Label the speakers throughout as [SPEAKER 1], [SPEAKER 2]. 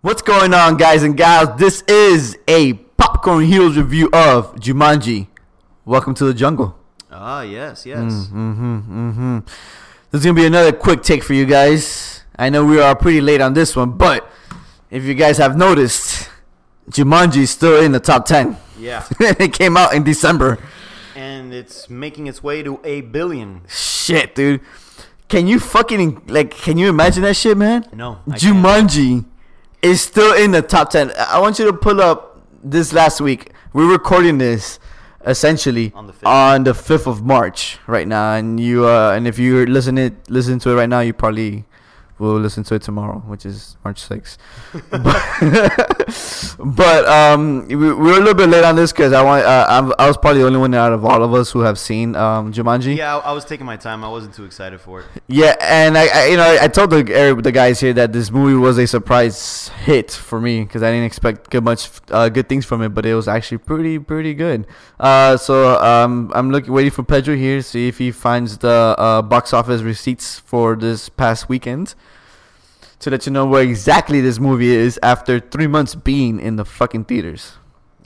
[SPEAKER 1] What's going on, guys and gals? This is a Popcorn Heroes review of Jumanji. Welcome to the jungle.
[SPEAKER 2] Ah, yes, yes.
[SPEAKER 1] Mm-hmm. There's gonna be another quick take for you guys. I know we are pretty late on this one, but if you guys have noticed, Jumanji is still in the top ten.
[SPEAKER 2] Yeah.
[SPEAKER 1] it came out in December.
[SPEAKER 2] and it's making its way to a billion.
[SPEAKER 1] Shit, dude. Can you fucking like? Can you imagine that shit, man?
[SPEAKER 2] No, I can't.
[SPEAKER 1] Jumanji is still in the top ten. I I want you to pull up this last week. We're recording this essentially
[SPEAKER 2] On the 5th.
[SPEAKER 1] on the fifth of March right now, and you uh, and if you're listening listen to it right now, you probably will listen to it tomorrow, which is March sixth. but, but, um, we, we we're a little bit late on this because I want uh, I'm, I was probably the only one out of all of us who have seen um, Jumanji.
[SPEAKER 2] Yeah, I, I was taking my time. I wasn't too excited for it.
[SPEAKER 1] Yeah, and I, I you know, I told the er, the guys here that this movie was a surprise hit for me because I didn't expect good much uh, good things from it, but it was actually pretty pretty good. Uh, so um, I'm looking waiting for Pedro here see if he finds the uh, box office receipts for this past weekend to let you know where exactly this movie is after three months being in the fucking theaters,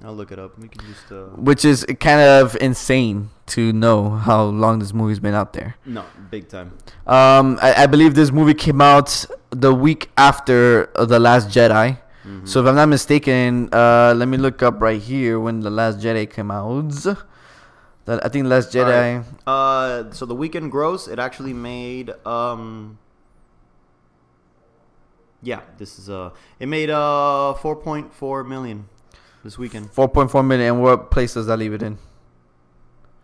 [SPEAKER 2] I'll look it up. We can just uh,
[SPEAKER 1] which is kind of insane to know how long this movie's been out there.
[SPEAKER 2] no big time.
[SPEAKER 1] Um, I, I believe this movie came out the week after uh, the Last Jedi.
[SPEAKER 2] Mm-hmm.
[SPEAKER 1] So if I'm not mistaken, uh, let me look up right here when the Last Jedi came out. That I think Last
[SPEAKER 2] All
[SPEAKER 1] Jedi.
[SPEAKER 2] right. Uh, so the weekend gross, it actually made um. Yeah, this is uh, it made uh 4.4 million this weekend.
[SPEAKER 1] 4.4 million. And what place does that leave it in?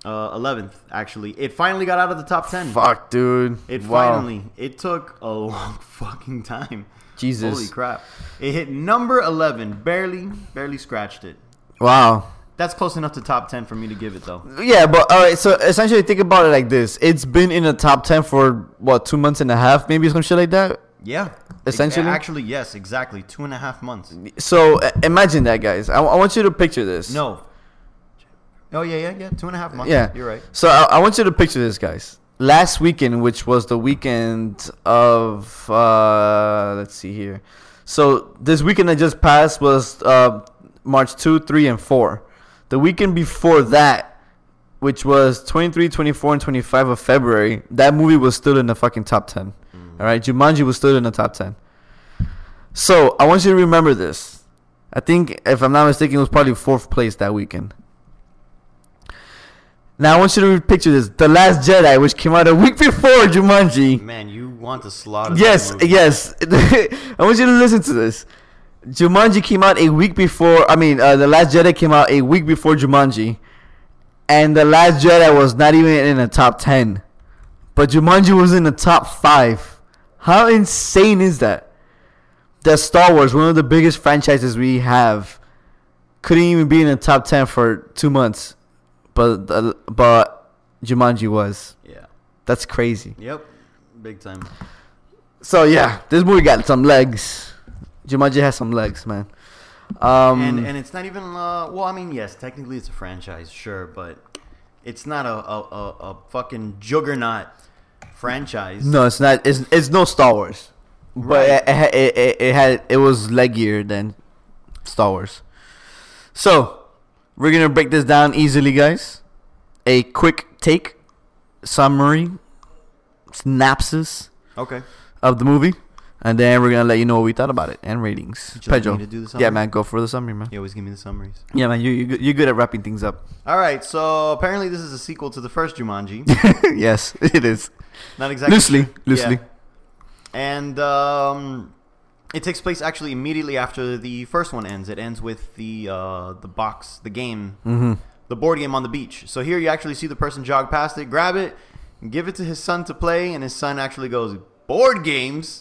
[SPEAKER 2] Uh, 11th actually. It finally got out of the top 10.
[SPEAKER 1] Fuck, dude.
[SPEAKER 2] It
[SPEAKER 1] Wow.
[SPEAKER 2] finally. It took a long fucking time.
[SPEAKER 1] Jesus.
[SPEAKER 2] Holy crap. It hit number 11. Barely, barely scratched it.
[SPEAKER 1] Wow.
[SPEAKER 2] That's close enough to top 10 for me to give it, though.
[SPEAKER 1] Yeah, but all right. So essentially, think about it like this: It's been in the top ten for what two months and a half, maybe some shit like that.
[SPEAKER 2] Yeah.
[SPEAKER 1] Essentially?
[SPEAKER 2] Actually, yes, exactly. Two and a half months.
[SPEAKER 1] So uh, imagine that, guys. I, I want you to picture this.
[SPEAKER 2] No. Oh, yeah, yeah, yeah. Two and a half months.
[SPEAKER 1] Yeah,
[SPEAKER 2] You're right.
[SPEAKER 1] So I, I want you to picture this, guys. Last weekend, which was the weekend of, uh, let's see here. So this weekend that just passed was uh, March 2, 3, and 4. The weekend before that, which was 23, 24, and 25 of February, that movie was still in the fucking top 10.
[SPEAKER 2] Mm.
[SPEAKER 1] All right, Jumanji was still in the top 10. So I want you to remember this. I think, if I'm not mistaken, it was probably fourth place that weekend. Now I want you to picture this: The Last Jedi, which came out a week before Jumanji.
[SPEAKER 2] Man, you want to slaughter. that
[SPEAKER 1] Yes,
[SPEAKER 2] movie.
[SPEAKER 1] yes. I want you to listen to this. Jumanji came out a week before. I mean, uh, The Last Jedi came out a week before Jumanji, and The Last Jedi was not even in the top ten, but Jumanji was in the top five. How insane is that? That Star Wars, one of the biggest franchises we have, couldn't even be in the top ten for two months, but the, but Jumanji was.
[SPEAKER 2] Yeah.
[SPEAKER 1] That's crazy.
[SPEAKER 2] Yep. Big time.
[SPEAKER 1] So yeah, this movie got some legs. Jumanji has some legs, man. Um,
[SPEAKER 2] and and it's not even uh, well i mean yes technically it's a franchise sure but it's not a a, a, a fucking juggernaut franchise
[SPEAKER 1] no, it's not. It's it's no Star Wars, but it, it, ha- it, it, it had it was leggier than Star Wars. So we're gonna break this down easily, guys. A quick take, summary, synopsis
[SPEAKER 2] okay
[SPEAKER 1] of the movie, and then we're gonna let you know what we thought about it and ratings.
[SPEAKER 2] Would you like
[SPEAKER 1] Pedro,
[SPEAKER 2] me to do the
[SPEAKER 1] yeah,
[SPEAKER 2] summary?
[SPEAKER 1] man, go for the summary, man.
[SPEAKER 2] you always give me the summaries
[SPEAKER 1] Yeah, man, you you good- you're good at wrapping things up.
[SPEAKER 2] all right so apparently this is a sequel to the first jumanji
[SPEAKER 1] yes, it is.
[SPEAKER 2] not exactly
[SPEAKER 1] Loosely,
[SPEAKER 2] sure.
[SPEAKER 1] loosely.
[SPEAKER 2] and um it takes place actually immediately after the first one ends it ends with the uh the box the game
[SPEAKER 1] Mm-hmm.
[SPEAKER 2] the board game on the beach. So here you actually see the person jog past it, grab it, give it to his son to play, and his son actually goes, Board games?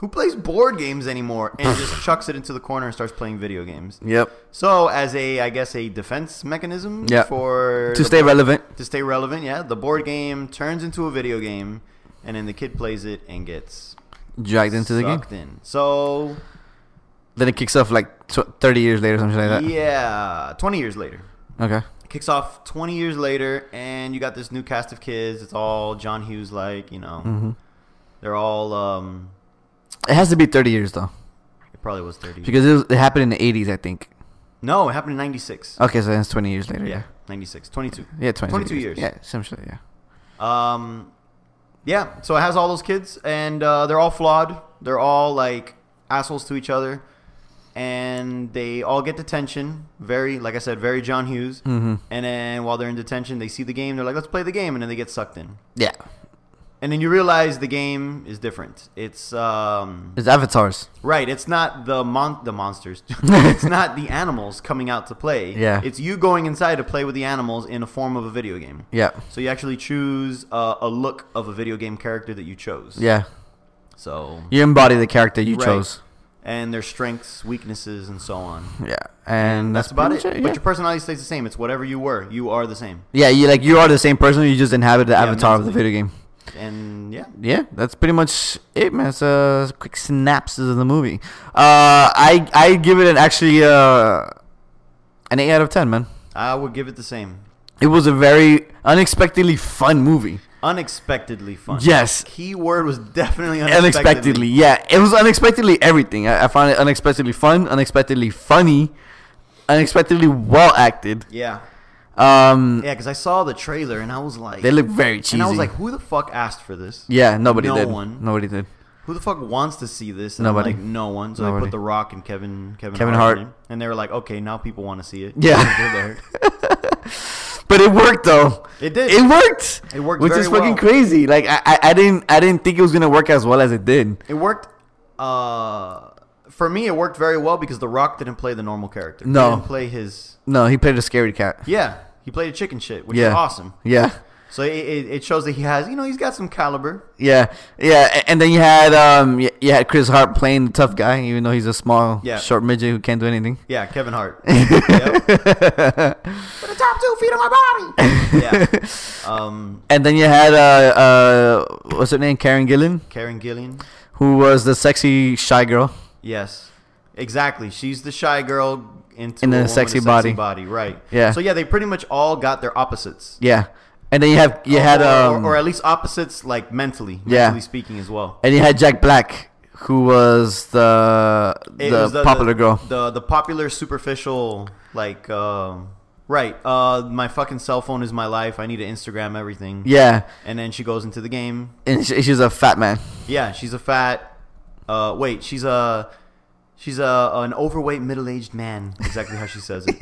[SPEAKER 2] Who plays board games anymore? And just chucks it into the corner and starts playing video games.
[SPEAKER 1] Yep.
[SPEAKER 2] So as a I guess a defense mechanism
[SPEAKER 1] Yeah.
[SPEAKER 2] for
[SPEAKER 1] To
[SPEAKER 2] the
[SPEAKER 1] stay
[SPEAKER 2] board-
[SPEAKER 1] relevant.
[SPEAKER 2] to stay relevant, yeah. The board game turns into a video game and then the kid plays it and gets
[SPEAKER 1] Dragged into the game.
[SPEAKER 2] sucked in. So
[SPEAKER 1] Then it kicks off like tw- 30 years later, something like that.
[SPEAKER 2] yeah, twenty years later.
[SPEAKER 1] Okay.
[SPEAKER 2] kicks off 20 years later and you got this new cast of kids it's all john hughes like you know
[SPEAKER 1] Mhm.
[SPEAKER 2] they're all um
[SPEAKER 1] It has to be 30 years, though.
[SPEAKER 2] Probably was 30.
[SPEAKER 1] because it, was, it happened in the eighties, I think.
[SPEAKER 2] no, it happened in 96.
[SPEAKER 1] Okay, so that's twenty years later.
[SPEAKER 2] yeah,
[SPEAKER 1] Yeah,
[SPEAKER 2] 96. 22.
[SPEAKER 1] yeah, 20,
[SPEAKER 2] 22 years.
[SPEAKER 1] Yeah, essentially, yeah.
[SPEAKER 2] Um, yeah, so it has all those kids, and uh, they're all flawed. They're all like assholes to each other, and they all get detention. Very, like I said, very John Hughes.
[SPEAKER 1] Mm-hmm.
[SPEAKER 2] And then while they're in detention, they see the game. They're like, "Let's play the game," and then they get sucked in.
[SPEAKER 1] Yeah,
[SPEAKER 2] And then you realize the game is different. It's um,
[SPEAKER 1] it's avatars.
[SPEAKER 2] Right, it's not the mon- the monsters. it's not the animals coming out to play.
[SPEAKER 1] Yeah.
[SPEAKER 2] It's you going inside to play with the animals in a form of a video game.
[SPEAKER 1] Yeah,
[SPEAKER 2] So you actually choose uh, a look of a video game character that you chose.
[SPEAKER 1] yeah.
[SPEAKER 2] So
[SPEAKER 1] You embody the character you
[SPEAKER 2] Right.
[SPEAKER 1] chose.
[SPEAKER 2] and their strengths, weaknesses, and so on.
[SPEAKER 1] Yeah, and,
[SPEAKER 2] That's, about it.
[SPEAKER 1] pretty much
[SPEAKER 2] But
[SPEAKER 1] yeah.
[SPEAKER 2] your personality stays the same. It's whatever you were. You are the same.
[SPEAKER 1] Yeah, you like you are the same person. You just inhabit the
[SPEAKER 2] Yeah,
[SPEAKER 1] avatar of the
[SPEAKER 2] mentally.
[SPEAKER 1] video game.
[SPEAKER 2] And yeah,
[SPEAKER 1] Yeah, that's pretty much it, man. It's a quick synopsis of the movie. Uh, I I give it an actually uh, an eight out of ten, man.
[SPEAKER 2] I would give it the same.
[SPEAKER 1] It was a very unexpectedly fun movie.
[SPEAKER 2] Unexpectedly fun.
[SPEAKER 1] Yes.
[SPEAKER 2] Key word was definitely
[SPEAKER 1] Unexpectedly,
[SPEAKER 2] unexpectedly.
[SPEAKER 1] yeah, it was unexpectedly everything. I, I found it unexpectedly fun, unexpectedly funny, unexpectedly well acted.
[SPEAKER 2] Yeah.
[SPEAKER 1] Um,
[SPEAKER 2] Yeah, because I saw the trailer and I was like,
[SPEAKER 1] they look very cheesy.
[SPEAKER 2] and I was like, who the fuck asked for this?
[SPEAKER 1] yeah, nobody
[SPEAKER 2] no
[SPEAKER 1] did.
[SPEAKER 2] one.
[SPEAKER 1] Nobody did.
[SPEAKER 2] Who the fuck wants to see this? And
[SPEAKER 1] Nobody.
[SPEAKER 2] I'm like, no one. So they
[SPEAKER 1] Nobody.
[SPEAKER 2] put The Rock and Kevin Kevin,
[SPEAKER 1] Kevin
[SPEAKER 2] in
[SPEAKER 1] Hart.
[SPEAKER 2] it. and they were like, okay, now people want to see it.
[SPEAKER 1] Yeah.
[SPEAKER 2] They're there.
[SPEAKER 1] But it worked though.
[SPEAKER 2] it did.
[SPEAKER 1] It worked.
[SPEAKER 2] It worked
[SPEAKER 1] which
[SPEAKER 2] very
[SPEAKER 1] is fucking
[SPEAKER 2] well.
[SPEAKER 1] crazy. Like I, I, I didn't, I didn't think it was gonna work as well as it did.
[SPEAKER 2] It worked. Uh, for me, it worked very well because The Rock didn't play the normal character.
[SPEAKER 1] No.
[SPEAKER 2] he didn't play his.
[SPEAKER 1] No, he played a scary cat.
[SPEAKER 2] Yeah, he played a chicken shit, which
[SPEAKER 1] Yeah.
[SPEAKER 2] is awesome.
[SPEAKER 1] Yeah,
[SPEAKER 2] So it, it, it shows that he has, you know, he's got some caliber.
[SPEAKER 1] yeah, yeah. a- And then you had, um, you, you had Chris Hart playing the tough guy, even though he's a small,
[SPEAKER 2] Yeah.
[SPEAKER 1] short midget who can't do anything.
[SPEAKER 2] Yeah, Kevin Hart. yep.
[SPEAKER 1] the top two feet of my body.
[SPEAKER 2] Yeah. Um,
[SPEAKER 1] and then you had, uh, uh, what's her name, Karen Gillan,
[SPEAKER 2] Karen Gillian.
[SPEAKER 1] who was the sexy shy girl.
[SPEAKER 2] Yes, exactly. She's the shy girl into
[SPEAKER 1] In
[SPEAKER 2] a
[SPEAKER 1] a
[SPEAKER 2] woman with
[SPEAKER 1] sexy
[SPEAKER 2] a sexy
[SPEAKER 1] body.
[SPEAKER 2] body, right?
[SPEAKER 1] Yeah.
[SPEAKER 2] So yeah, they pretty much all got their opposites.
[SPEAKER 1] Yeah. And then you have, you had,
[SPEAKER 2] or,
[SPEAKER 1] um,
[SPEAKER 2] Oh, or, at least opposites like mentally,
[SPEAKER 1] Yeah.
[SPEAKER 2] mentally speaking as well.
[SPEAKER 1] and you had Jack Black, who was the
[SPEAKER 2] It
[SPEAKER 1] the
[SPEAKER 2] was
[SPEAKER 1] popular girl.
[SPEAKER 2] the the popular superficial like. um Right, uh, my fucking cell phone is my life. I need to Instagram everything.
[SPEAKER 1] Yeah,
[SPEAKER 2] And then she goes into the game.
[SPEAKER 1] and she, she's a fat man.
[SPEAKER 2] Yeah, she's a fat. Uh, wait, she's a she's a an overweight middle aged man. Exactly how she says it.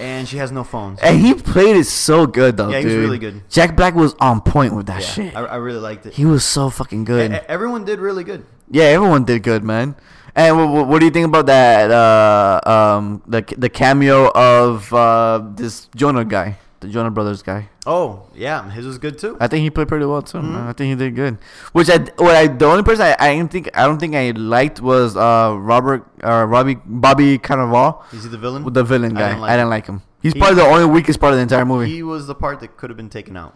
[SPEAKER 2] And she has no phones.
[SPEAKER 1] And he played it so good though.
[SPEAKER 2] Yeah, he
[SPEAKER 1] dude.
[SPEAKER 2] was really good.
[SPEAKER 1] Jack Black was on point with that
[SPEAKER 2] Yeah,
[SPEAKER 1] shit.
[SPEAKER 2] I, I really liked it.
[SPEAKER 1] he was so fucking good.
[SPEAKER 2] E- e- everyone did really good.
[SPEAKER 1] yeah, everyone did good, man. And what, what do you think about that? Uh, um, the the cameo of uh, this Jonah guy, the Jonah Brothers guy.
[SPEAKER 2] Oh yeah, his was good too.
[SPEAKER 1] I think he played pretty well too. Man.
[SPEAKER 2] Mhm.
[SPEAKER 1] I think he did good. Which I what I the only person I, I didn't think I don't think I liked was uh Robert uh Robbie Bobby Cannavale,
[SPEAKER 2] Is he the villain?
[SPEAKER 1] the villain
[SPEAKER 2] I
[SPEAKER 1] guy. I
[SPEAKER 2] didn't
[SPEAKER 1] didn't
[SPEAKER 2] like
[SPEAKER 1] like,
[SPEAKER 2] him.
[SPEAKER 1] him. He's
[SPEAKER 2] He-
[SPEAKER 1] probably the only weakest part of the entire movie.
[SPEAKER 2] He was the part that could have been taken out.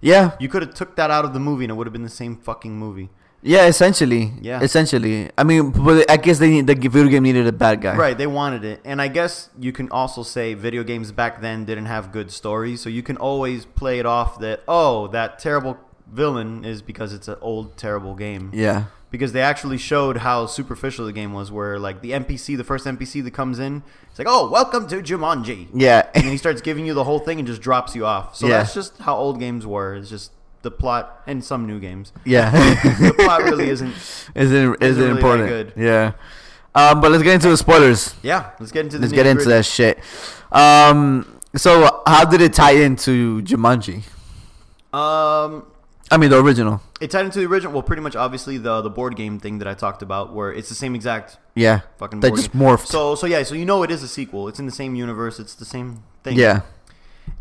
[SPEAKER 1] yeah,
[SPEAKER 2] You could have took that out of the movie, and it would have been the same fucking movie.
[SPEAKER 1] Yeah, essentially.
[SPEAKER 2] Yeah.
[SPEAKER 1] Essentially. I mean, but I guess they need the video game needed a bad guy.
[SPEAKER 2] Right? They wanted it, and I guess you can also say video games back then didn't have good stories, so you can always play it off that oh, that terrible villain is because it's an old terrible game.
[SPEAKER 1] Yeah.
[SPEAKER 2] because they actually showed how superficial the game was. Where like the NPC, the first NPC that comes in, it's like, "Oh, welcome to Jumanji,"
[SPEAKER 1] Yeah.
[SPEAKER 2] and then he starts giving you the whole thing and just drops you off. So
[SPEAKER 1] Yeah.
[SPEAKER 2] that's just how old games were. It's just the plot and some new games.
[SPEAKER 1] yeah.
[SPEAKER 2] The plot really isn't.
[SPEAKER 1] is it is
[SPEAKER 2] really
[SPEAKER 1] it
[SPEAKER 2] that
[SPEAKER 1] important?
[SPEAKER 2] good.
[SPEAKER 1] Yeah. Um, but let's get into the spoilers.
[SPEAKER 2] Yeah, let's get into the
[SPEAKER 1] Let's get into
[SPEAKER 2] nitty-gritty.
[SPEAKER 1] that shit. Um, so how did it tie into Jumanji?
[SPEAKER 2] Um,
[SPEAKER 1] I mean, the original.
[SPEAKER 2] it tied into the original. Well, pretty much obviously the the board game thing that I talked about, where it's the same exact
[SPEAKER 1] Yeah.
[SPEAKER 2] fucking.
[SPEAKER 1] That
[SPEAKER 2] board
[SPEAKER 1] just
[SPEAKER 2] game.
[SPEAKER 1] morphed.
[SPEAKER 2] So so yeah, so you know it is a sequel. It's in the same universe. It's the same thing.
[SPEAKER 1] yeah.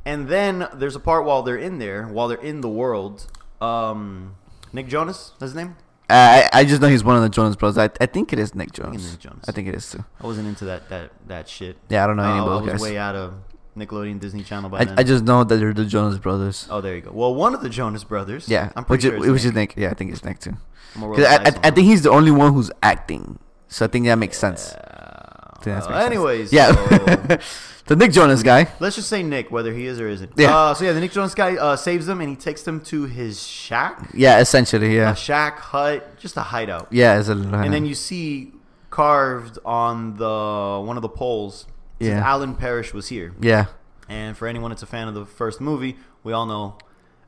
[SPEAKER 2] And then there's a part while they're in there, while they're in the world. Um, Nick Jonas, that's his name.
[SPEAKER 1] I I just know he's one of the Jonas Brothers. I, I think it is Nick Jonas.
[SPEAKER 2] Nick Jonas.
[SPEAKER 1] I think it is too.
[SPEAKER 2] I wasn't into that that that shit.
[SPEAKER 1] Yeah, I don't know any
[SPEAKER 2] Uh,
[SPEAKER 1] of
[SPEAKER 2] I
[SPEAKER 1] those
[SPEAKER 2] was
[SPEAKER 1] guys.
[SPEAKER 2] way out of Nickelodeon, Disney Channel by
[SPEAKER 1] I,
[SPEAKER 2] then.
[SPEAKER 1] I just know that they're the Jonas Brothers.
[SPEAKER 2] oh, there you go. Well, one of the Jonas Brothers.
[SPEAKER 1] Yeah,
[SPEAKER 2] I'm pretty
[SPEAKER 1] which
[SPEAKER 2] sure
[SPEAKER 1] it, it was just Nick. Yeah, I think it's Nick too.
[SPEAKER 2] I'm a
[SPEAKER 1] Because I, I,
[SPEAKER 2] reliable
[SPEAKER 1] I think he's the only one who's acting, so I think that makes sense. I think that
[SPEAKER 2] Uh,
[SPEAKER 1] makes sense.
[SPEAKER 2] anyways,
[SPEAKER 1] yeah,
[SPEAKER 2] so-
[SPEAKER 1] the Nick Jonas guy.
[SPEAKER 2] Let's just say Nick, whether he is or isn't.
[SPEAKER 1] Yeah.
[SPEAKER 2] Uh, so yeah, the Nick Jonas guy uh, saves them and he takes them to his shack,
[SPEAKER 1] Yeah, essentially,
[SPEAKER 2] a
[SPEAKER 1] yeah,
[SPEAKER 2] shack hut, just a hideout.
[SPEAKER 1] yeah, it's a uh, little.
[SPEAKER 2] And then you see carved on the one of the poles. It says
[SPEAKER 1] Yeah.
[SPEAKER 2] Alan Parrish was here.
[SPEAKER 1] Yeah.
[SPEAKER 2] And for anyone that's a fan of the first movie, we all know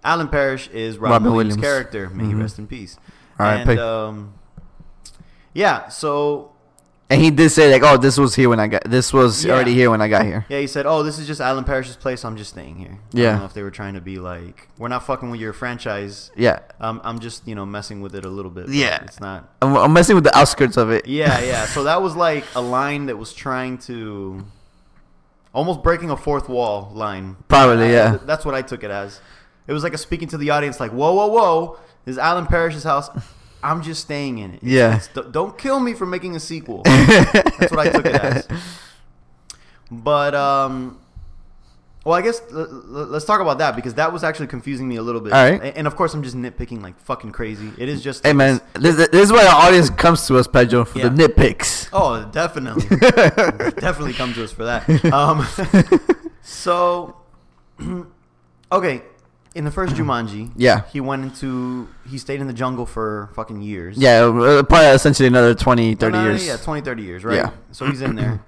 [SPEAKER 2] Alan Parrish is Robin,
[SPEAKER 1] Robin
[SPEAKER 2] Williams'
[SPEAKER 1] Williams.
[SPEAKER 2] character. May he
[SPEAKER 1] Mhm.
[SPEAKER 2] rest in peace.
[SPEAKER 1] R.I.P.
[SPEAKER 2] and um, yeah, so
[SPEAKER 1] And he did say like, "Oh, this was here when I got. This was
[SPEAKER 2] Yeah.
[SPEAKER 1] already here when I got here."
[SPEAKER 2] yeah, he said, "Oh, this is just Alan Parrish's place. I'm just staying here." I
[SPEAKER 1] Yeah.
[SPEAKER 2] don't know if they were trying to be like, "We're not fucking with your franchise.
[SPEAKER 1] Yeah.
[SPEAKER 2] Um, I'm just you know messing with it a little bit." but
[SPEAKER 1] Yeah.
[SPEAKER 2] it's not.
[SPEAKER 1] I'm, I'm messing with the outskirts of it.
[SPEAKER 2] Yeah, yeah. So that was like a line that was trying to almost breaking a fourth wall line.
[SPEAKER 1] Probably,
[SPEAKER 2] I-
[SPEAKER 1] yeah.
[SPEAKER 2] That's what I took it as. It was like a speaking to the audience, like, whoa, whoa, whoa. This is Alan Parrish's house. I'm just staying in it. It's-
[SPEAKER 1] Yeah.
[SPEAKER 2] it's- don't- don't kill me for making a sequel. That's what I took it as. But, um, well, I guess l- l- let's talk about that because that was actually confusing me a little bit.
[SPEAKER 1] All right.
[SPEAKER 2] A- And of course, I'm just nitpicking like fucking crazy. It is just.
[SPEAKER 1] Hey man, this, this is why the audience comes to us, Pedro, for the
[SPEAKER 2] Yeah.
[SPEAKER 1] nitpicks.
[SPEAKER 2] Oh, definitely. definitely come to us for that. Um, so, okay, in the first Jumanji,
[SPEAKER 1] Yeah.
[SPEAKER 2] he went into he stayed in the jungle for fucking years.
[SPEAKER 1] Yeah, uh, probably essentially another 20,
[SPEAKER 2] No,
[SPEAKER 1] 30
[SPEAKER 2] no, no,
[SPEAKER 1] years.
[SPEAKER 2] yeah, 20, 30 years, right?
[SPEAKER 1] Yeah.
[SPEAKER 2] So he's in there,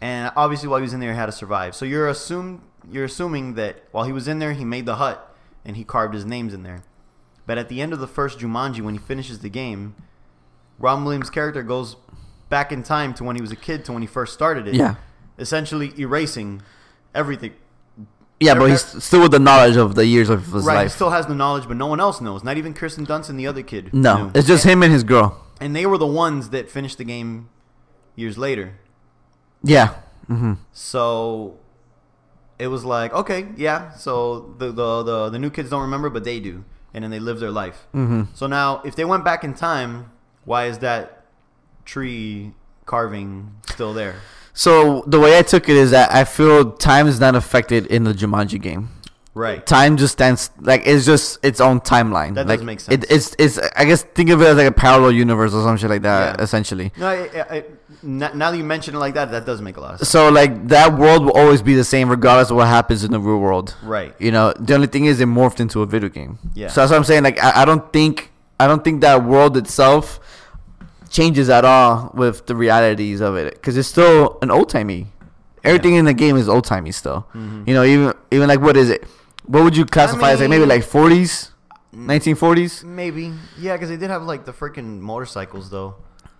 [SPEAKER 2] and obviously while he was in there, he had to survive. So you're assumed you're assuming that while he was in there, he made the hut and he carved his names in there. But at the end of the first Jumanji, when he finishes the game, Ron Williams' character goes back in time to when he was a kid to when he first started it.
[SPEAKER 1] Yeah.
[SPEAKER 2] essentially erasing everything.
[SPEAKER 1] Yeah, but
[SPEAKER 2] They're-
[SPEAKER 1] he's still with the knowledge of the years of his
[SPEAKER 2] right, he
[SPEAKER 1] life.
[SPEAKER 2] still has the knowledge, but no one else knows. Not even Kirsten Dunst and the other kid.
[SPEAKER 1] no,
[SPEAKER 2] knew.
[SPEAKER 1] it's just him and his girl.
[SPEAKER 2] and they were the ones that finished the game years later.
[SPEAKER 1] Yeah. hmm
[SPEAKER 2] So it was like, okay, yeah. So the the the, the new kids don't remember, but they do, and then they live their life.
[SPEAKER 1] hmm
[SPEAKER 2] So now, if they went back in time, why is that tree carving still there?
[SPEAKER 1] So the way I took it is that I feel time is not affected in the Jumanji game.
[SPEAKER 2] Right.
[SPEAKER 1] Time just stands like it's just its own timeline.
[SPEAKER 2] That does
[SPEAKER 1] like,
[SPEAKER 2] make sense.
[SPEAKER 1] It, it's it's I guess think of it as like a parallel universe or some shit like that.
[SPEAKER 2] Yeah.
[SPEAKER 1] Essentially.
[SPEAKER 2] No, I, I, I- now now that you mention it like that, that does make a lot of sense.
[SPEAKER 1] So like that world will always be the same regardless of what happens in the real world.
[SPEAKER 2] Right.
[SPEAKER 1] You know, the only thing is it morphed into a video game.
[SPEAKER 2] Yeah.
[SPEAKER 1] So that's what I'm saying. Like I, I don't think I don't think that world itself changes at all with the realities of it because it's still an old timey. Everything in the game is old timey still.
[SPEAKER 2] Mm-hmm.
[SPEAKER 1] You know, even even like what is it? What would you classify as like maybe
[SPEAKER 2] mean- Mm.
[SPEAKER 1] like 40s, 1940s,
[SPEAKER 2] Maybe. Yeah, because they did have like the freaking motorcycles though.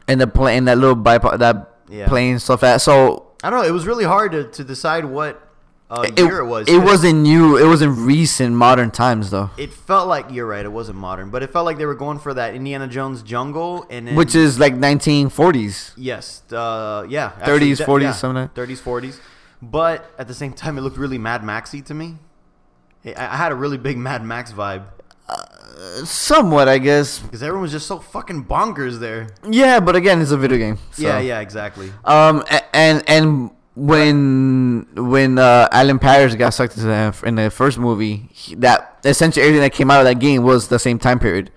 [SPEAKER 1] and the plane that little bipod that
[SPEAKER 2] Yeah.
[SPEAKER 1] plane stuff. That so
[SPEAKER 2] I don't know. It was really hard to, to decide what uh, year it was.
[SPEAKER 1] It
[SPEAKER 2] 'cause-
[SPEAKER 1] wasn't new. It was in recent modern times, though.
[SPEAKER 2] It felt like you're right. It wasn't modern, but it felt like they were going for that Indiana Jones jungle, and then,
[SPEAKER 1] Which is like 1940s.
[SPEAKER 2] yes, uh, yeah,
[SPEAKER 1] 30s, 40s, something like-
[SPEAKER 2] thirties, forties. But at the same time, it looked really Mad Maxy to me. I, I had a really big Mad Max vibe
[SPEAKER 1] Somewhat, I guess.
[SPEAKER 2] because everyone was just so fucking bonkers there.
[SPEAKER 1] Yeah, but again, it's a video game. so.
[SPEAKER 2] Yeah, yeah, exactly.
[SPEAKER 1] Um, a- and and when when uh, Alan Parrish got sucked into the, in the first movie, he, that essentially everything that came out of that game was the same time period.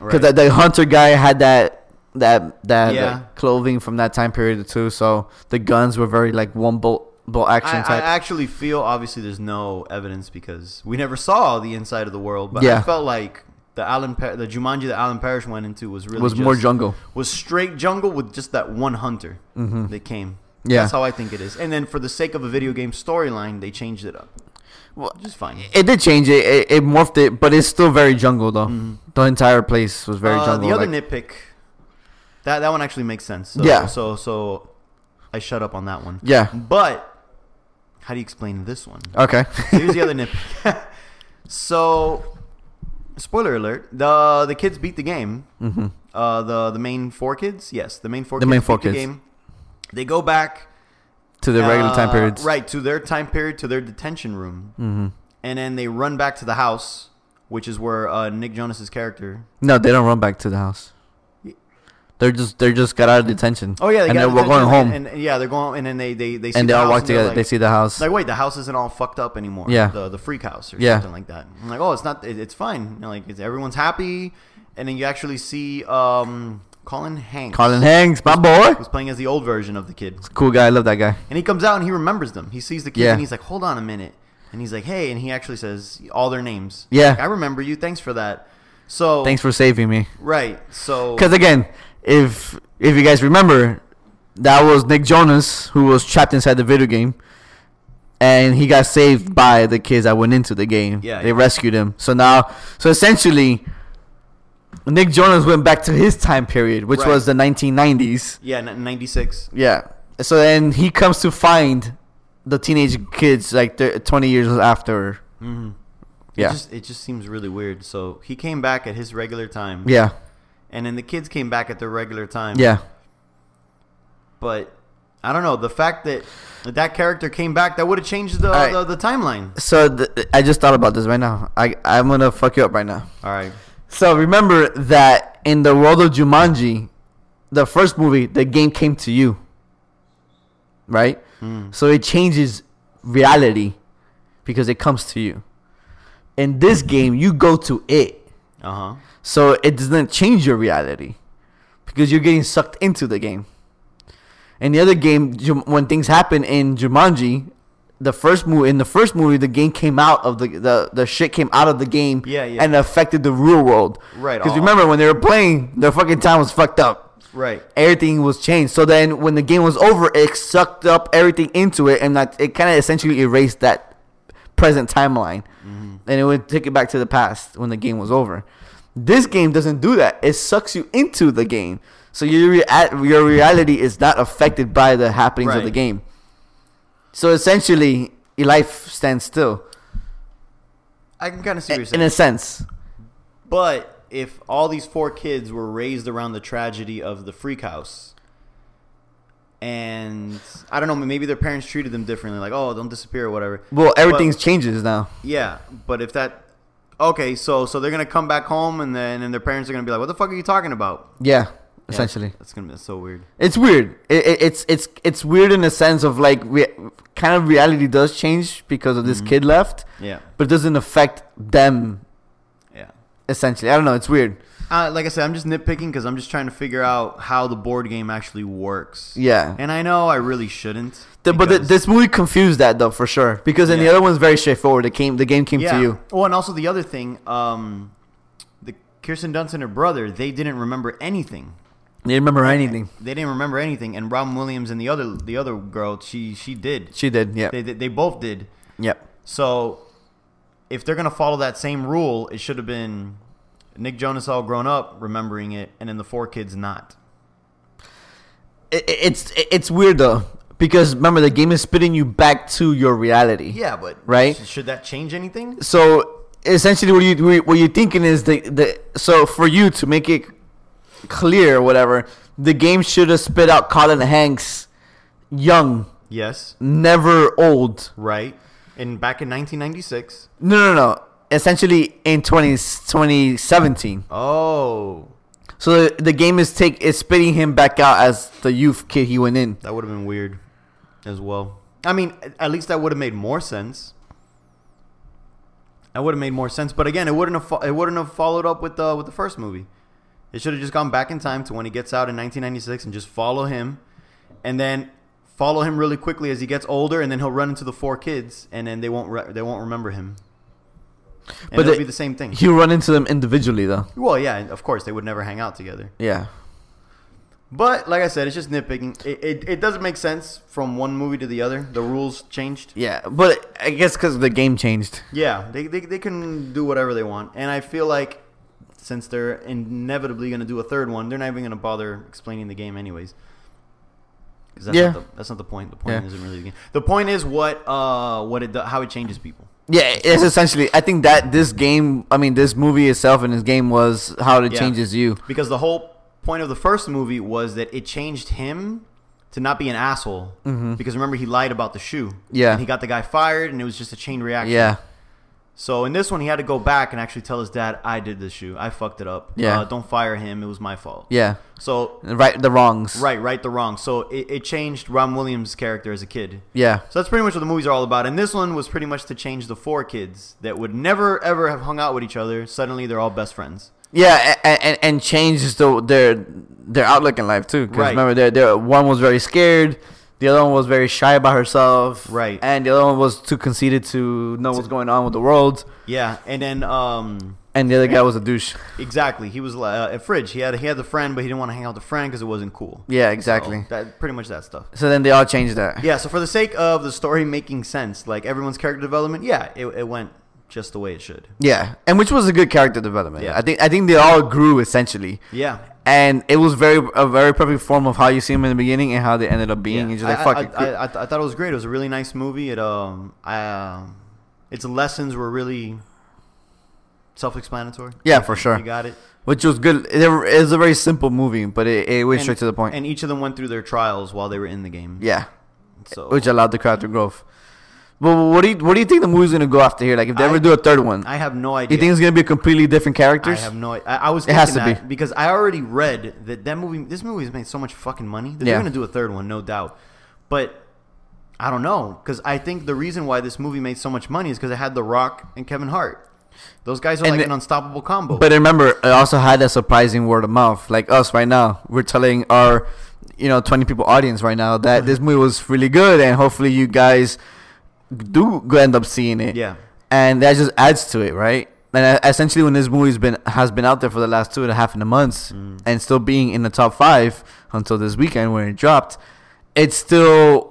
[SPEAKER 2] Right.
[SPEAKER 1] Because the, the hunter guy had that that that like,
[SPEAKER 2] Yeah.
[SPEAKER 1] clothing from that time period too. So the guns were very like one bolt bolt action
[SPEAKER 2] I, I
[SPEAKER 1] type.
[SPEAKER 2] actually feel obviously there's no evidence because we never saw the inside of the world, but I
[SPEAKER 1] Yeah.
[SPEAKER 2] felt like the Alan Par- the Jumanji that Alan Parrish went into was really
[SPEAKER 1] was more
[SPEAKER 2] just-
[SPEAKER 1] jungle.
[SPEAKER 2] was straight jungle with just that one hunter that came.
[SPEAKER 1] Mm-hmm. Yeah.
[SPEAKER 2] That's how I think it is. And then for the sake of a video game storyline, they changed it up.
[SPEAKER 1] Well,
[SPEAKER 2] Which is fine.
[SPEAKER 1] It did change it. It, it morphed it, but it's still very jungle though. The entire place was very
[SPEAKER 2] Mm-hmm. Uh,
[SPEAKER 1] jungle.
[SPEAKER 2] The other
[SPEAKER 1] like-
[SPEAKER 2] nitpick, that that one actually makes sense. So,
[SPEAKER 1] Yeah.
[SPEAKER 2] So so, I shut up on that one.
[SPEAKER 1] yeah.
[SPEAKER 2] But how do you explain this one?
[SPEAKER 1] Okay.
[SPEAKER 2] So here's the other nitpick. so, spoiler alert: the the kids beat the game.
[SPEAKER 1] Mhm.
[SPEAKER 2] Uh, the the main four kids, yes, the main four.
[SPEAKER 1] The
[SPEAKER 2] kids
[SPEAKER 1] main four
[SPEAKER 2] beat
[SPEAKER 1] kids.
[SPEAKER 2] The game. They go back
[SPEAKER 1] to the regular time
[SPEAKER 2] uh,
[SPEAKER 1] periods.
[SPEAKER 2] right to their time period to their detention room,
[SPEAKER 1] hmm
[SPEAKER 2] and then they run back to the house, which is where uh, Nick Jonas's character.
[SPEAKER 1] No, they don't run back to the house. They're just they just got out of detention.
[SPEAKER 2] Oh yeah, they
[SPEAKER 1] and
[SPEAKER 2] got
[SPEAKER 1] then we're
[SPEAKER 2] detention,
[SPEAKER 1] going home,
[SPEAKER 2] and-
[SPEAKER 1] and,
[SPEAKER 2] and, yeah, they're going, and then they they they see
[SPEAKER 1] they
[SPEAKER 2] the
[SPEAKER 1] all
[SPEAKER 2] house
[SPEAKER 1] walk
[SPEAKER 2] and they're
[SPEAKER 1] together.
[SPEAKER 2] like-
[SPEAKER 1] they see the house.
[SPEAKER 2] Like, wait, the house isn't all fucked up anymore.
[SPEAKER 1] Yeah.
[SPEAKER 2] The, the freak house or
[SPEAKER 1] Yeah.
[SPEAKER 2] something like that. I'm like, oh, it's not, it, it's fine. You know, like, it's, everyone's happy. And then you actually see um, Colin Hanks.
[SPEAKER 1] Colin Hanks, my boy,
[SPEAKER 2] Who's playing as the old version of the kid.
[SPEAKER 1] cool guy. I love that guy.
[SPEAKER 2] And he comes out and he remembers them. He sees the kid
[SPEAKER 1] Yeah.
[SPEAKER 2] and he's like, hold on a minute. And he's like, hey. And he actually says all their names.
[SPEAKER 1] Yeah.
[SPEAKER 2] Like, I remember you. Thanks for that. So,
[SPEAKER 1] Thanks for saving me.
[SPEAKER 2] Right. So,
[SPEAKER 1] Because again, if if you guys remember, That was Nick Jonas, who was trapped inside the video game, and he got saved by the kids that went into the game.
[SPEAKER 2] Yeah,
[SPEAKER 1] they
[SPEAKER 2] yeah.
[SPEAKER 1] rescued him. So now, so essentially, Nick Jonas went back to his time period, which
[SPEAKER 2] Right.
[SPEAKER 1] was the 1990s.
[SPEAKER 2] Yeah, ninety six.
[SPEAKER 1] Yeah. So then he comes to find the teenage kids like thir- 20 years after.
[SPEAKER 2] Mm-hmm.
[SPEAKER 1] Yeah.
[SPEAKER 2] It just, it just seems really weird. So he came back at his regular time.
[SPEAKER 1] yeah.
[SPEAKER 2] And then the kids came back at their regular time.
[SPEAKER 1] Yeah.
[SPEAKER 2] But I don't know. The fact that that character came back, that would have changed the,
[SPEAKER 1] Alright.
[SPEAKER 2] the, the timeline.
[SPEAKER 1] So th- I just thought about this right now. I I'm gonna fuck you up right now.
[SPEAKER 2] All right.
[SPEAKER 1] So remember that in the world of Jumanji, the first movie, the game came to you. Right? So it changes reality because it comes to you. In this game, you go to it.
[SPEAKER 2] Uh huh.
[SPEAKER 1] So it doesn't change your reality because you're getting sucked into the game. In the other game, Ju- when things happen in Jumanji, the first movie in the first movie, the game came out of the the, the shit came out of the game
[SPEAKER 2] Yeah, yeah.
[SPEAKER 1] and affected the real world.
[SPEAKER 2] Right,
[SPEAKER 1] Because
[SPEAKER 2] all-
[SPEAKER 1] remember when they were playing, their fucking time was fucked up.
[SPEAKER 2] Right.
[SPEAKER 1] Everything was changed. So then when the game was over, it sucked up everything into it and that it kind of essentially erased that present timeline and it would take it back to the past when the game was over. This game doesn't do that. It sucks you into the game, so your rea- your reality is not affected by the happenings of
[SPEAKER 2] Right.
[SPEAKER 1] the game. So essentially, your life stands still
[SPEAKER 2] I can kind of see what you're
[SPEAKER 1] in
[SPEAKER 2] saying.
[SPEAKER 1] a sense.
[SPEAKER 2] But if all these four kids were raised around the tragedy of the freak house, and I don't know, maybe their parents treated them differently, like, oh, don't disappear or whatever.
[SPEAKER 1] Well, everything
[SPEAKER 2] But-
[SPEAKER 1] changes now.
[SPEAKER 2] yeah, but if that. Okay, so so they're gonna come back home and then and their parents are gonna be like, "What the fuck are you talking about?"
[SPEAKER 1] Yeah,
[SPEAKER 2] Yeah,
[SPEAKER 1] essentially,
[SPEAKER 2] that's gonna be so weird.
[SPEAKER 1] it's weird. It, it, it's it's it's weird in a sense of like re- kind of reality does change because of this
[SPEAKER 2] Mm-hmm.
[SPEAKER 1] kid left,
[SPEAKER 2] Yeah,
[SPEAKER 1] but it doesn't affect them
[SPEAKER 2] yeah.
[SPEAKER 1] essentially. I don't know. It's weird.
[SPEAKER 2] Uh, like I said, I'm just nitpicking because I'm just trying to figure out how the board game actually works.
[SPEAKER 1] Yeah.
[SPEAKER 2] and I know I really shouldn't.
[SPEAKER 1] The, but the,
[SPEAKER 2] because-
[SPEAKER 1] this movie confused that though for sure because in the
[SPEAKER 2] Yeah.
[SPEAKER 1] other one's very straightforward. The game the game came to you.
[SPEAKER 2] Well, and also the other thing, um, the Kirsten Dunst and her brother, they didn't remember anything.
[SPEAKER 1] They didn't remember anything.
[SPEAKER 2] They didn't remember anything, and Robin Williams and the other the other girl, she she did.
[SPEAKER 1] She did. Yeah.
[SPEAKER 2] They they, they both did.
[SPEAKER 1] Yep.
[SPEAKER 2] So if they're gonna follow that same rule, it should have been Nick Jonas all grown up remembering it, and then the four kids not.
[SPEAKER 1] It, it- it's it- it's weird though because remember the game is spitting you back to your reality.
[SPEAKER 2] Yeah, but
[SPEAKER 1] Right.
[SPEAKER 2] sh- Should that change anything?
[SPEAKER 1] So essentially, what you what you- what you're thinking is the the so for you to make it clear or whatever the game should have spit out Colin Hanks young,
[SPEAKER 2] Yes.
[SPEAKER 1] never old.
[SPEAKER 2] Right. And back in 1996.
[SPEAKER 1] No, no, no. Essentially, in 20, 2017.
[SPEAKER 2] Oh,
[SPEAKER 1] So the, the game is take is spitting him back out as the youth kid he went in.
[SPEAKER 2] That would have been weird as well. I mean, a- at least that would have made more sense. That would have made more sense, but again, it wouldn't have fo- it wouldn't have followed up with the with the first movie. It should have just gone back in time to when he gets out in 1996 and just follow him and then follow him really quickly as he gets older and then he'll run into the four kids and then they won't re- they won't remember him. And
[SPEAKER 1] But
[SPEAKER 2] it'll
[SPEAKER 1] the-
[SPEAKER 2] be the same thing.
[SPEAKER 1] He run into them individually though.
[SPEAKER 2] well, yeah, of course they would never hang out together.
[SPEAKER 1] Yeah.
[SPEAKER 2] But like I said, it's just nitpicking. It, it, it doesn't make sense from one movie to the other. The rules changed.
[SPEAKER 1] Yeah, but I guess because the game changed.
[SPEAKER 2] Yeah, they, they, they can do whatever they want. And I feel like since they're inevitably going to do a third one, they're not even going to bother explaining the game anyways. 'Cause that's
[SPEAKER 1] Yeah.
[SPEAKER 2] Not the, that's not the point. The point
[SPEAKER 1] Yeah.
[SPEAKER 2] isn't really the game. The point is what uh what it do- how it changes people.
[SPEAKER 1] Yeah, it's essentially. I think that this game, I mean, this movie itself and this game was how it
[SPEAKER 2] Yeah.
[SPEAKER 1] changes you.
[SPEAKER 2] Because the whole point of the first movie was that it changed him to not be an asshole. Because remember, he lied about the shoe.
[SPEAKER 1] Mm-hmm. Yeah.
[SPEAKER 2] And he got the guy fired, and it was just a chain reaction.
[SPEAKER 1] Yeah,
[SPEAKER 2] So in this one, he had to go back and actually tell his dad, "I did this shoe. I fucked it up.
[SPEAKER 1] Yeah.
[SPEAKER 2] Uh, don't fire him. It was my fault."
[SPEAKER 1] yeah.
[SPEAKER 2] So
[SPEAKER 1] Right, the wrongs.
[SPEAKER 2] right, right the wrong. So it, it changed Ron Williams' character as a kid.
[SPEAKER 1] Yeah,
[SPEAKER 2] So that's pretty much what the movies are all about. And this one was pretty much to change the four kids that would never ever have hung out with each other. Suddenly, they're all best friends.
[SPEAKER 1] yeah, and and, and changes the, their their outlook in life too. Because
[SPEAKER 2] Right.
[SPEAKER 1] remember, their their one was very scared, the other one was very shy about herself,
[SPEAKER 2] Right.
[SPEAKER 1] and the other one was too conceited to know what's going on with the world.
[SPEAKER 2] Yeah, and then um,
[SPEAKER 1] and the other guy was a douche.
[SPEAKER 2] Exactly. He was uh, a fridge. He had he had the friend, but he didn't want to hang out with the friend because it wasn't cool.
[SPEAKER 1] Yeah, exactly.
[SPEAKER 2] So that pretty much that stuff.
[SPEAKER 1] So then they all changed that.
[SPEAKER 2] Oh. Yeah. So for the sake of the story making sense, like everyone's character development, yeah, it, it went just the way it should.
[SPEAKER 1] Yeah, and which was a good character development.
[SPEAKER 2] Yeah.
[SPEAKER 1] I think I think they all grew essentially,
[SPEAKER 2] Yeah.
[SPEAKER 1] and it was very a very perfect form of how you see them in the beginning and how they ended up being. And
[SPEAKER 2] Yeah.
[SPEAKER 1] just like
[SPEAKER 2] I,
[SPEAKER 1] fuck
[SPEAKER 2] I,
[SPEAKER 1] it.
[SPEAKER 2] I, I, I thought it was great. It was a really nice movie. It um, I, um, its lessons were really self-explanatory.
[SPEAKER 1] yeah, for sure.
[SPEAKER 2] You got it.
[SPEAKER 1] Which was good. It, it was a very simple movie, but it, it went
[SPEAKER 2] And-
[SPEAKER 1] straight to the point.
[SPEAKER 2] And each of them went through their trials while they were in the game.
[SPEAKER 1] yeah,
[SPEAKER 2] So
[SPEAKER 1] which allowed the character growth. But what do you what do you think the movie's gonna go after here? Like if they
[SPEAKER 2] I-
[SPEAKER 1] ever do a third one,
[SPEAKER 2] I have no idea.
[SPEAKER 1] you think it's gonna be completely different
[SPEAKER 2] I
[SPEAKER 1] characters?
[SPEAKER 2] have no. I, I was.
[SPEAKER 1] It has
[SPEAKER 2] thinking
[SPEAKER 1] to
[SPEAKER 2] that because I already read that that movie. This movie has made so much fucking money. that They're
[SPEAKER 1] Yeah.
[SPEAKER 2] going to do a third one, no doubt. But I don't know because I think the reason why this movie made so much money is because it had The Rock and Kevin Hart. Those guys are
[SPEAKER 1] And
[SPEAKER 2] like
[SPEAKER 1] it-
[SPEAKER 2] an unstoppable combo.
[SPEAKER 1] But remember, it also had that surprising word of mouth. Like us right now, we're telling our, you know, 20 people audience right now that this movie was really good, and hopefully you guys do go end up seeing it.
[SPEAKER 2] yeah,
[SPEAKER 1] And that just adds to it, right? And uh, essentially, when this movie's been has been out there for the last two and a half in the months,
[SPEAKER 2] Mm.
[SPEAKER 1] and still being in the top five until this weekend when it dropped, it's still.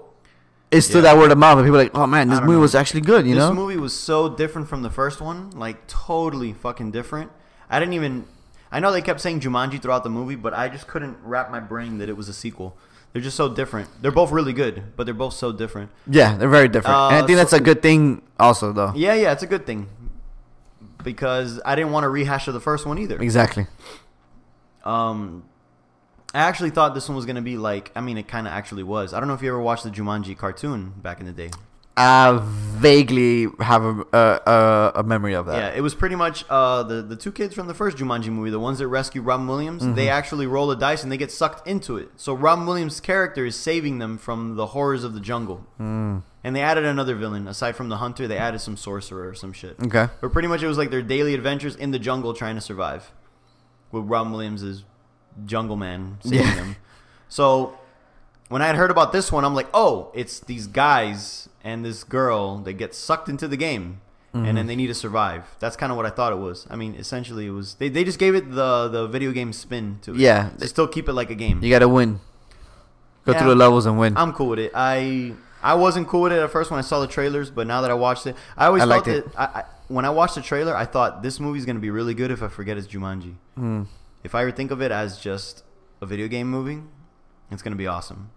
[SPEAKER 1] It's still
[SPEAKER 2] Yeah.
[SPEAKER 1] that word of mouth, and people are like, "Oh man, this
[SPEAKER 2] don't
[SPEAKER 1] movie
[SPEAKER 2] know.
[SPEAKER 1] was actually good," you
[SPEAKER 2] this
[SPEAKER 1] know.
[SPEAKER 2] movie was so different from the first one, like totally fucking different. I didn't even. I know they kept saying Jumanji throughout the movie, but I just couldn't wrap my brain that it was a sequel. They're just so different. They're both really good, but they're both so different.
[SPEAKER 1] yeah, they're very different, and I
[SPEAKER 2] Uh,
[SPEAKER 1] think
[SPEAKER 2] so-
[SPEAKER 1] that's a good thing, also, though.
[SPEAKER 2] Yeah, yeah, it's a good thing because I didn't want to rehash of the first one either.
[SPEAKER 1] Exactly.
[SPEAKER 2] Um, I actually thought this one was gonna be like. I mean, it kind of actually was. I don't know if you ever watched the Jumanji cartoon back in the day.
[SPEAKER 1] I vaguely have a a, a, a memory of
[SPEAKER 2] Yeah,
[SPEAKER 1] that.
[SPEAKER 2] it was pretty much uh, the the two kids from the first Jumanji movie, the ones that rescue Robin Williams.
[SPEAKER 1] Mm-hmm.
[SPEAKER 2] They actually roll a dice and they get sucked into it. So Robin Williams' character is saving them from the horrors of the jungle.
[SPEAKER 1] Mm.
[SPEAKER 2] And they added another villain aside from the hunter. They added some sorcerer or some shit.
[SPEAKER 1] Okay.
[SPEAKER 2] But pretty much it was like their daily adventures in the jungle trying to survive. With Robin Williams as jungle man saving
[SPEAKER 1] Yeah.
[SPEAKER 2] them. So when I had heard about this one, I'm like, oh, it's these guys and this girl that get sucked into the game. And
[SPEAKER 1] Mm-hmm.
[SPEAKER 2] then they need to survive. That's kind of what I thought it was. I mean, essentially, it was they, they just gave it the the video game spin to it.
[SPEAKER 1] Yeah.
[SPEAKER 2] to still keep it like a game.
[SPEAKER 1] You gotta win. Go
[SPEAKER 2] Yeah.
[SPEAKER 1] through the levels and win.
[SPEAKER 2] I'm cool with it. I I wasn't cool with it at first when I saw the trailers, but now that I watched it, I always
[SPEAKER 1] I
[SPEAKER 2] thought
[SPEAKER 1] liked
[SPEAKER 2] that
[SPEAKER 1] it.
[SPEAKER 2] I, I, when I watched the trailer, I thought this movie's gonna be really good if I forget it's Jumanji.
[SPEAKER 1] Mm.
[SPEAKER 2] If I think of it as just a video game movie, it's gonna be awesome.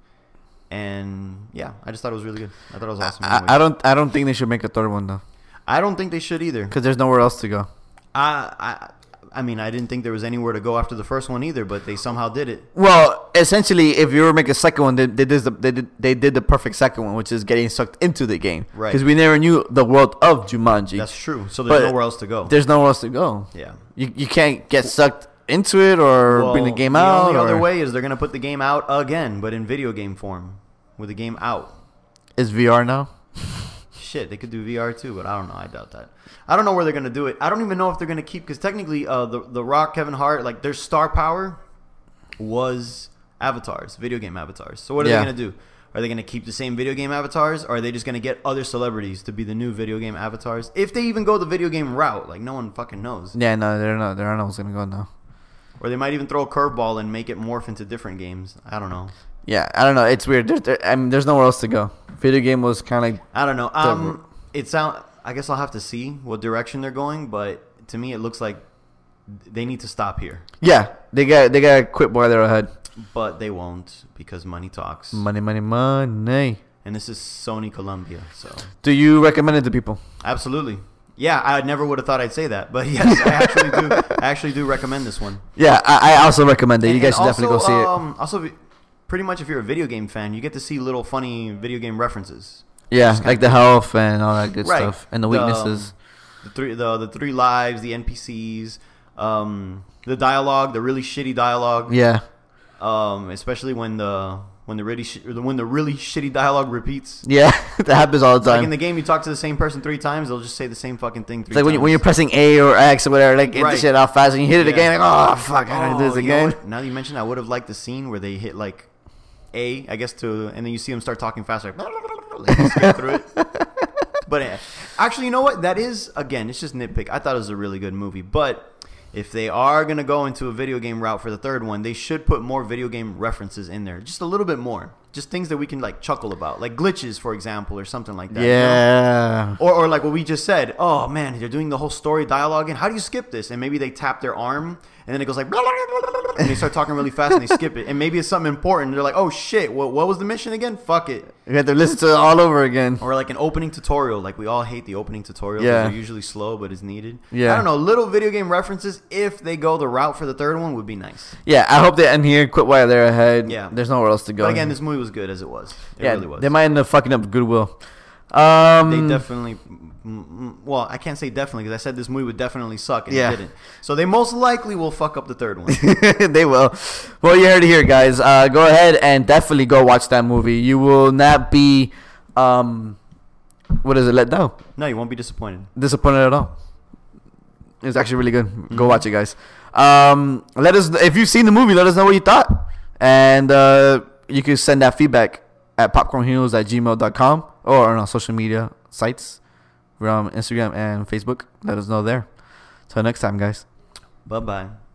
[SPEAKER 2] And yeah, I just thought it was really good. I thought it was awesome.
[SPEAKER 1] I,
[SPEAKER 2] anyway.
[SPEAKER 1] I don't. I don't think they should make a third one though,
[SPEAKER 2] I don't think they should either.
[SPEAKER 1] because there's nowhere else to go.
[SPEAKER 2] I, I I mean, I didn't think there was anywhere to go after the first one either, but they somehow did it.
[SPEAKER 1] Well, essentially, if you were to make a second one, they, they did the they did, they did the perfect second one, which is getting sucked into the game.
[SPEAKER 2] Right.
[SPEAKER 1] Because we never knew the world of Jumanji.
[SPEAKER 2] That's true. So there's
[SPEAKER 1] But
[SPEAKER 2] nowhere else to go.
[SPEAKER 1] there's nowhere else to go.
[SPEAKER 2] Yeah.
[SPEAKER 1] You you can't get sucked into it or bring the
[SPEAKER 2] Well,
[SPEAKER 1] game out.
[SPEAKER 2] The only
[SPEAKER 1] or-
[SPEAKER 2] other way is they're gonna put the game out again, but in video game form, with the game out.
[SPEAKER 1] is VR now.
[SPEAKER 2] Shit, they could do VR too, but I don't know. I doubt that. I don't know where they're gonna do it. I don't even know if they're gonna keep because technically, uh, the the Rock, Kevin Hart, like their star power was avatars, video game avatars. So what are
[SPEAKER 1] Yeah.
[SPEAKER 2] they gonna do? Are they gonna keep the same video game avatars? Or are they just gonna get other celebrities to be the new video game avatars? If they even go the video game route, like no one fucking knows.
[SPEAKER 1] Yeah, no, they're not. They're not always gonna go now.
[SPEAKER 2] Or they might even throw a curveball and make it morph into different games. I don't know.
[SPEAKER 1] Yeah, I don't know. It's weird. There, there, I mean, there's nowhere else to go. Video game was kind of
[SPEAKER 2] I don't know.
[SPEAKER 1] The-
[SPEAKER 2] Um, it sound. I guess I'll have to see what direction they're going, but to me, it looks like they need to stop here.
[SPEAKER 1] yeah. They got they got to quit while they're ahead.
[SPEAKER 2] But they won't because money talks,
[SPEAKER 1] Money, money, money.
[SPEAKER 2] and this is Sony Columbia. So
[SPEAKER 1] Do you recommend it to people?
[SPEAKER 2] absolutely, yeah. I never would have thought I'd say that, but yes, I actually do. I actually do recommend this one.
[SPEAKER 1] Yeah, I, I also recommend it.
[SPEAKER 2] And-
[SPEAKER 1] You guys should
[SPEAKER 2] and
[SPEAKER 1] definitely go
[SPEAKER 2] also,
[SPEAKER 1] see
[SPEAKER 2] Um, also, if you- pretty much if you're a video game fan, you get to see little funny video game references.
[SPEAKER 1] it. Yeah,
[SPEAKER 2] just
[SPEAKER 1] like the health and all that good
[SPEAKER 2] Right.
[SPEAKER 1] stuff and the
[SPEAKER 2] um,
[SPEAKER 1] weaknesses.
[SPEAKER 2] the three the the three lives, the NPCs, um, the dialogue, the really shitty dialogue.
[SPEAKER 1] yeah,
[SPEAKER 2] Um, especially when the when the really sh- when the really shitty dialogue repeats.
[SPEAKER 1] yeah, that happens all the
[SPEAKER 2] Like
[SPEAKER 1] time.
[SPEAKER 2] in the game, you talk to the same person three times, they'll just say the same fucking thing three
[SPEAKER 1] it's like when,
[SPEAKER 2] times.
[SPEAKER 1] you, when you're pressing A or X or whatever, like get the
[SPEAKER 2] Right.
[SPEAKER 1] shit out fast and you hit it
[SPEAKER 2] Yeah.
[SPEAKER 1] again. Like, oh fuck, I gotta do this
[SPEAKER 2] you know
[SPEAKER 1] again.
[SPEAKER 2] what? Now that you mentioned, I would have liked the scene where they hit like A, I guess to, and then you see them start talking faster. Like, they skip through it. But eh, actually, you know what? That is again, it's just nitpick. I thought it was a really good movie, but if they are gonna go into a video game route for the third one, they should put more video game references in there, just a little bit more, just things that we can like chuckle about, like glitches, for example, or something like that. you know?
[SPEAKER 1] yeah.
[SPEAKER 2] Or, or like what we just said. Oh man, they're doing the whole story dialogue, and how do you skip this? And maybe they tap their arm, and then it goes like, blah, blah, blah, blah, blah, and they start talking really fast, and they skip it. And maybe it's something important. They're like, oh shit, what, what was the mission again? Fuck it.
[SPEAKER 1] You have to listen to it all over again.
[SPEAKER 2] Or like an opening tutorial. Like we all hate the opening tutorial.
[SPEAKER 1] Yeah.
[SPEAKER 2] They're usually slow, but it's needed.
[SPEAKER 1] Yeah.
[SPEAKER 2] I don't know. Little video game references, if they go the route for the third one, would be nice.
[SPEAKER 1] Yeah, I hope they end here. Quit while they're ahead.
[SPEAKER 2] Yeah.
[SPEAKER 1] There's nowhere else to go.
[SPEAKER 2] But again, this movie was good as it was. It
[SPEAKER 1] yeah,
[SPEAKER 2] really was.
[SPEAKER 1] they might end up fucking up Goodwill. Um,
[SPEAKER 2] They definitely, mm, mm, well, I can't say definitely because I said this movie would definitely suck and
[SPEAKER 1] Yeah.
[SPEAKER 2] it didn't. So they most likely will fuck up the third one.
[SPEAKER 1] they will. Well, you heard it here, guys. Uh, go ahead and definitely go watch that movie. You will not be, um, what is it? Let down,
[SPEAKER 2] no, you won't be disappointed.
[SPEAKER 1] disappointed at all. It's actually really good. Go watch it, guys. Um, let us if you've seen the movie. Let us know what you thought, and uh, you can send that feedback at popcornheroes at gmail.com or on our social media sites. We're on Instagram and Facebook. Let us know there. Till next time, guys.
[SPEAKER 2] Bye bye.